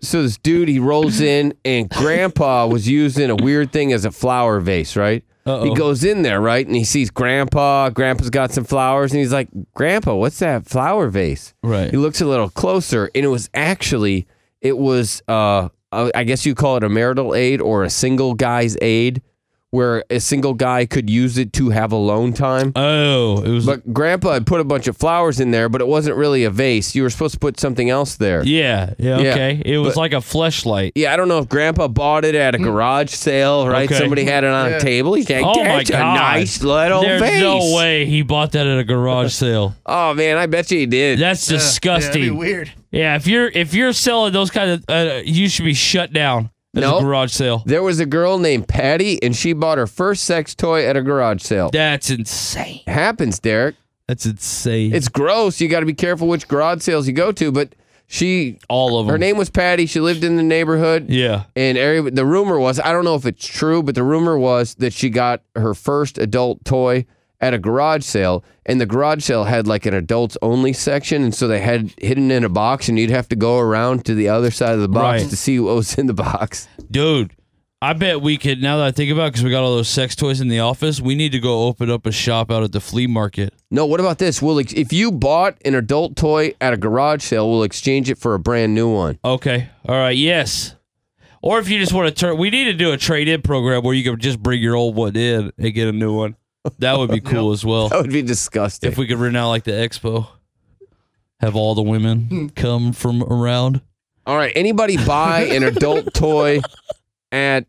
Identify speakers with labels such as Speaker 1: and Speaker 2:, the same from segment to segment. Speaker 1: so this dude he rolls in, and Grandpa was using a weird thing as a flower vase, right? He goes in there, right, and he sees Grandpa. Grandpa's got some flowers, and he's like, "Grandpa, what's that flower vase?"
Speaker 2: Right.
Speaker 1: He looks a little closer, and it was actually it was uh, uh, I guess you call it a marital aid or a single guy's aid, where a single guy could use it to have alone time.
Speaker 2: Oh, it was.
Speaker 1: But Grandpa had put a bunch of flowers in there, but it wasn't really a vase. You were supposed to put something else there.
Speaker 2: yeah, yeah,
Speaker 1: Yeah,
Speaker 2: okay. It was
Speaker 1: but-
Speaker 2: like a fleshlight.
Speaker 1: Yeah, I don't know if Grandpa bought it at a garage sale, right?
Speaker 2: Hmm. Okay.
Speaker 1: Somebody had it on a table. He's like,
Speaker 2: Oh my
Speaker 1: "That's a
Speaker 2: god!
Speaker 1: nice little
Speaker 2: There's
Speaker 1: vase."
Speaker 2: no way he bought that at a garage sale.
Speaker 1: Oh man, I bet you he did.
Speaker 2: That's disgusting.
Speaker 3: Yeah, that'd be weird.
Speaker 2: Yeah, if you're if you're selling those kind of, uh, you should be shut down. That's
Speaker 1: Nope.
Speaker 2: a garage sale.
Speaker 1: there was a girl named Patty, and she bought her first sex toy at a garage sale.
Speaker 2: That's insane.
Speaker 1: happens, Derek.
Speaker 2: That's insane.
Speaker 1: It's gross. You got to be careful which garage sales you go to. But she,
Speaker 2: all of them.
Speaker 1: her name was Patty. She lived in the neighborhood.
Speaker 2: Yeah.
Speaker 1: And every, the rumor was, I don't know if it's true, but the rumor was that she got her first adult toy at a garage sale, and the garage sale had like an adults only section, and so they had hidden in a box, and you'd have to go around to the other side of the box
Speaker 2: Right.
Speaker 1: to see what was in the box.
Speaker 2: Dude, I bet we could, now that I think about it, because we got all those sex toys in the office, we need to go open up a shop out at the flea market.
Speaker 1: No, what about this? We'll ex- if you bought an adult toy at a garage sale, we'll exchange it for a brand new one.
Speaker 2: Okay. All right. Yes. Or if you just want to turn, we need to do a trade in program where you can just bring your old one in and get a new one. That would be cool as well.
Speaker 1: That would be disgusting.
Speaker 2: If we could rent out like the expo, have all the
Speaker 1: Hmm.
Speaker 2: women come from around.
Speaker 1: All right, anybody buy an adult toy at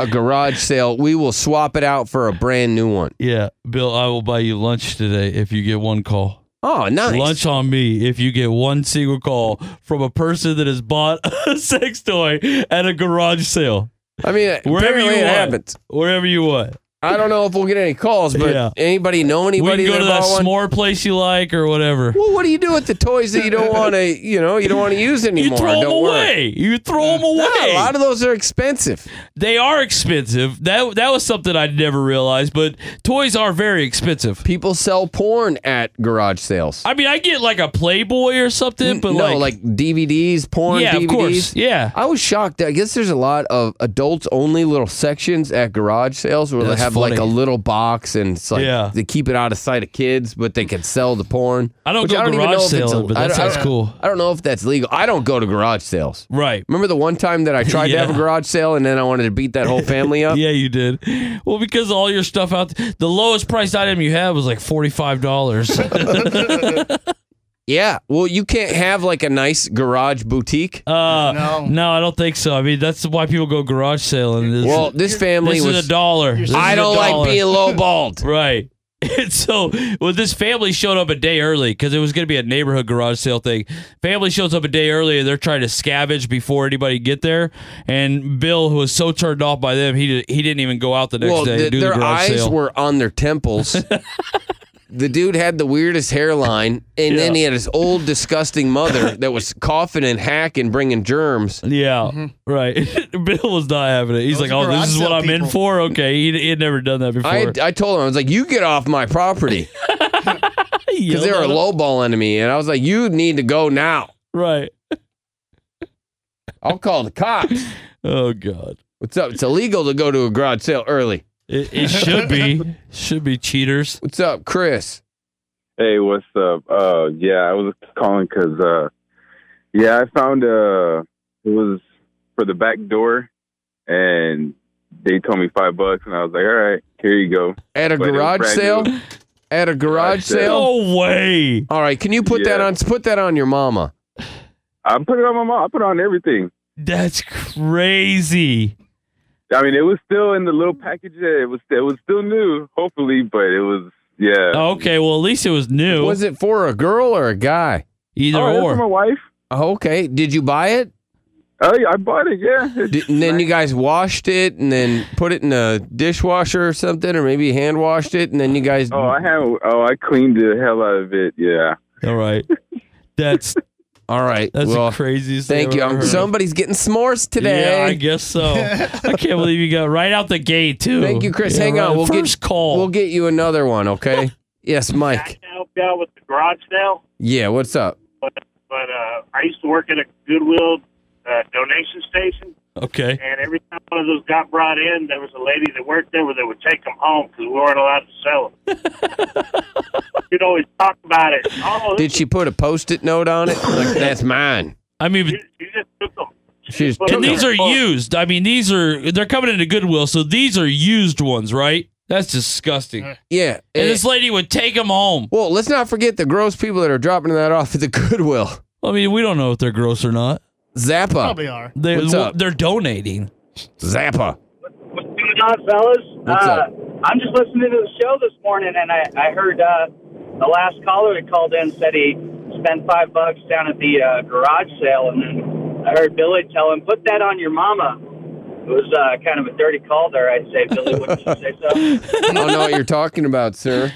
Speaker 1: a garage sale, we will swap it out for a brand new one.
Speaker 2: Yeah. Bill, I will buy you lunch today if you get one call.
Speaker 1: Oh, nice.
Speaker 2: Lunch on me if you get one single call from a person that has bought a sex toy at a garage sale.
Speaker 1: I mean,
Speaker 2: Wherever you
Speaker 1: apparently it
Speaker 2: want.
Speaker 1: happens.
Speaker 2: Wherever you want.
Speaker 1: I don't know if we'll get any calls, but
Speaker 2: Yeah.
Speaker 1: anybody know
Speaker 2: We
Speaker 1: anybody
Speaker 2: can go
Speaker 1: that
Speaker 2: to that
Speaker 1: bought one?
Speaker 2: s'more place you like or whatever.
Speaker 1: well, what do you do with the toys that you don't want to, you know, you don't want to use anymore?
Speaker 2: You throw them
Speaker 1: Don't worry.
Speaker 2: away. You throw them away.
Speaker 1: Yeah, a lot of those are expensive.
Speaker 2: they are expensive. That that was something I never realized, but toys are very expensive.
Speaker 1: People sell porn at garage sales.
Speaker 2: I mean, I get like a Playboy or something, but
Speaker 1: Mm, no, like, DVDs, porn
Speaker 2: yeah,
Speaker 1: DVDs.
Speaker 2: of course, yeah.
Speaker 1: I was shocked. I guess there's a lot of adults only little sections at garage sales where
Speaker 2: That's
Speaker 1: they have like a
Speaker 2: funny.
Speaker 1: little box and it's like
Speaker 2: Yeah.
Speaker 1: they keep it out of sight of kids, but they can sell the porn.
Speaker 2: I don't
Speaker 1: Which
Speaker 2: go
Speaker 1: even
Speaker 2: garage
Speaker 1: know if it's
Speaker 2: sailing,
Speaker 1: a-
Speaker 2: but
Speaker 1: I
Speaker 2: that
Speaker 1: don't- I
Speaker 2: sounds
Speaker 1: don't-
Speaker 2: cool.
Speaker 1: I don't know if that's legal. I don't go to garage sales.
Speaker 2: Right.
Speaker 1: Remember the one time that I tried to have a
Speaker 2: Yeah.
Speaker 1: garage sale and then I wanted to beat that whole family up?
Speaker 2: Yeah, you did. Well, because all your stuff out the lowest priced item you had was like forty five dollars. Uh,
Speaker 1: Yeah. Well, you can't have like a nice garage boutique.
Speaker 2: Uh,
Speaker 3: No.
Speaker 2: no, I don't think so. I mean, that's why people go garage sailing. This,
Speaker 1: well, this family
Speaker 2: this
Speaker 1: was.
Speaker 2: is a dollar. This
Speaker 1: I
Speaker 2: is a
Speaker 1: don't like
Speaker 2: dollar.
Speaker 1: being lowballed.
Speaker 2: right. And so, well, this family showed up a day early because it was going to be a neighborhood garage sale thing. Family shows up a day early and they're trying to scavenge before anybody get there. And Bill, who was so turned off by them, he did, he didn't even go out the next
Speaker 1: well,
Speaker 2: day
Speaker 1: th-
Speaker 2: to do the
Speaker 1: their
Speaker 2: garage
Speaker 1: eyes
Speaker 2: sale.
Speaker 1: were on their temples. the dude had the weirdest hairline, and then
Speaker 2: Yeah.
Speaker 1: he had his old, disgusting mother that was coughing and hacking, bringing germs.
Speaker 2: yeah,
Speaker 1: Mm-hmm.
Speaker 2: right. Bill was not having it. He's
Speaker 3: Those
Speaker 2: like, "Oh,
Speaker 3: garage
Speaker 2: this is what
Speaker 3: sale
Speaker 2: I'm in
Speaker 3: people."
Speaker 2: for." Okay, he, he had never done that before.
Speaker 1: I, I told him, I was like, you get off my property because they were lowballing me. And I was like, you need to go now.
Speaker 2: right.
Speaker 1: I'll call the cops.
Speaker 2: Oh God.
Speaker 1: What's up? It's illegal to go to a garage sale early.
Speaker 2: It, it should be. Should be cheaters.
Speaker 1: What's up, Chris?
Speaker 4: Hey, what's up? Uh, yeah, I was calling 'cause uh, yeah, I found uh, it was for the back door, and they told me five bucks, and I was like, all right, here you go.
Speaker 1: At a
Speaker 4: But it was
Speaker 1: garage
Speaker 4: brand
Speaker 1: sale?
Speaker 4: new.
Speaker 1: At a garage
Speaker 4: Garage sale.
Speaker 1: sale?
Speaker 2: No way.
Speaker 1: All right, can you put that
Speaker 4: Yeah.
Speaker 1: on? Put that on your mama.
Speaker 4: I put it on my mom. I put it on everything.
Speaker 2: That's crazy.
Speaker 4: I mean, it was still in the little package. It was it was still new, hopefully, but it was yeah.
Speaker 2: Okay, well at least it was new.
Speaker 1: Was it for a girl or a guy?
Speaker 2: Either
Speaker 4: oh, that's for my
Speaker 2: or.
Speaker 4: wife.
Speaker 1: Oh, Okay, did you buy it?
Speaker 4: Oh, yeah, I bought it. Yeah, It's
Speaker 1: Did, and then you guys washed it and then put it in a dishwasher or something, or maybe you hand washed it, and then you guys.
Speaker 4: Oh, I have. Oh, I cleaned the hell out of it. Yeah.
Speaker 2: All right. That's
Speaker 1: All right.
Speaker 2: that's
Speaker 1: well,
Speaker 2: the craziest.
Speaker 1: thank
Speaker 2: thing I've
Speaker 1: you.
Speaker 2: ever
Speaker 1: I'm,
Speaker 2: heard.
Speaker 1: somebody's getting s'mores today.
Speaker 2: Yeah, I guess so. I can't believe you got right out the gate too.
Speaker 1: Thank you, Chris.
Speaker 2: Yeah,
Speaker 1: Hang on.
Speaker 2: right.
Speaker 1: We'll get-
Speaker 2: First call.
Speaker 1: We'll get you another one, okay? yes, Mike.
Speaker 5: I helped out with the garage sale,
Speaker 1: Yeah, what's up?
Speaker 5: but uh, I used to work at a Goodwill
Speaker 3: uh, donation station.
Speaker 2: Okay.
Speaker 3: And every time one of those got brought in, there was a lady that worked there where they would take them home because we weren't allowed to sell them. You'd always talk about it. Oh,
Speaker 1: Did she put a post-it note on it? Like that's mine.
Speaker 2: I mean,
Speaker 3: You, you just took them.
Speaker 1: She's
Speaker 3: Well,
Speaker 2: and these are used. I mean, these are they're coming into Goodwill, so these are used ones, right? That's disgusting.
Speaker 3: Mm.
Speaker 2: And
Speaker 1: yeah. eh,
Speaker 2: this lady would take them home.
Speaker 1: well, let's not forget the gross people that are dropping that off at the Goodwill.
Speaker 2: I mean, we don't know if they're gross or not.
Speaker 1: Zappa.
Speaker 5: Probably are.
Speaker 2: They,
Speaker 1: What's up?
Speaker 2: They're donating.
Speaker 1: Zappa.
Speaker 6: What's going on, fellas?
Speaker 1: What's
Speaker 6: uh,
Speaker 1: up?
Speaker 6: I'm just listening to the show this morning, and I, I heard uh, the last caller that called in said he spent five bucks down at the uh, garage sale, and then I heard Billy tell him, put that on your mama. It was uh, kind of a dirty call there, I'd say, Billy, wouldn't you say so?
Speaker 1: I don't know what you're talking about, sir.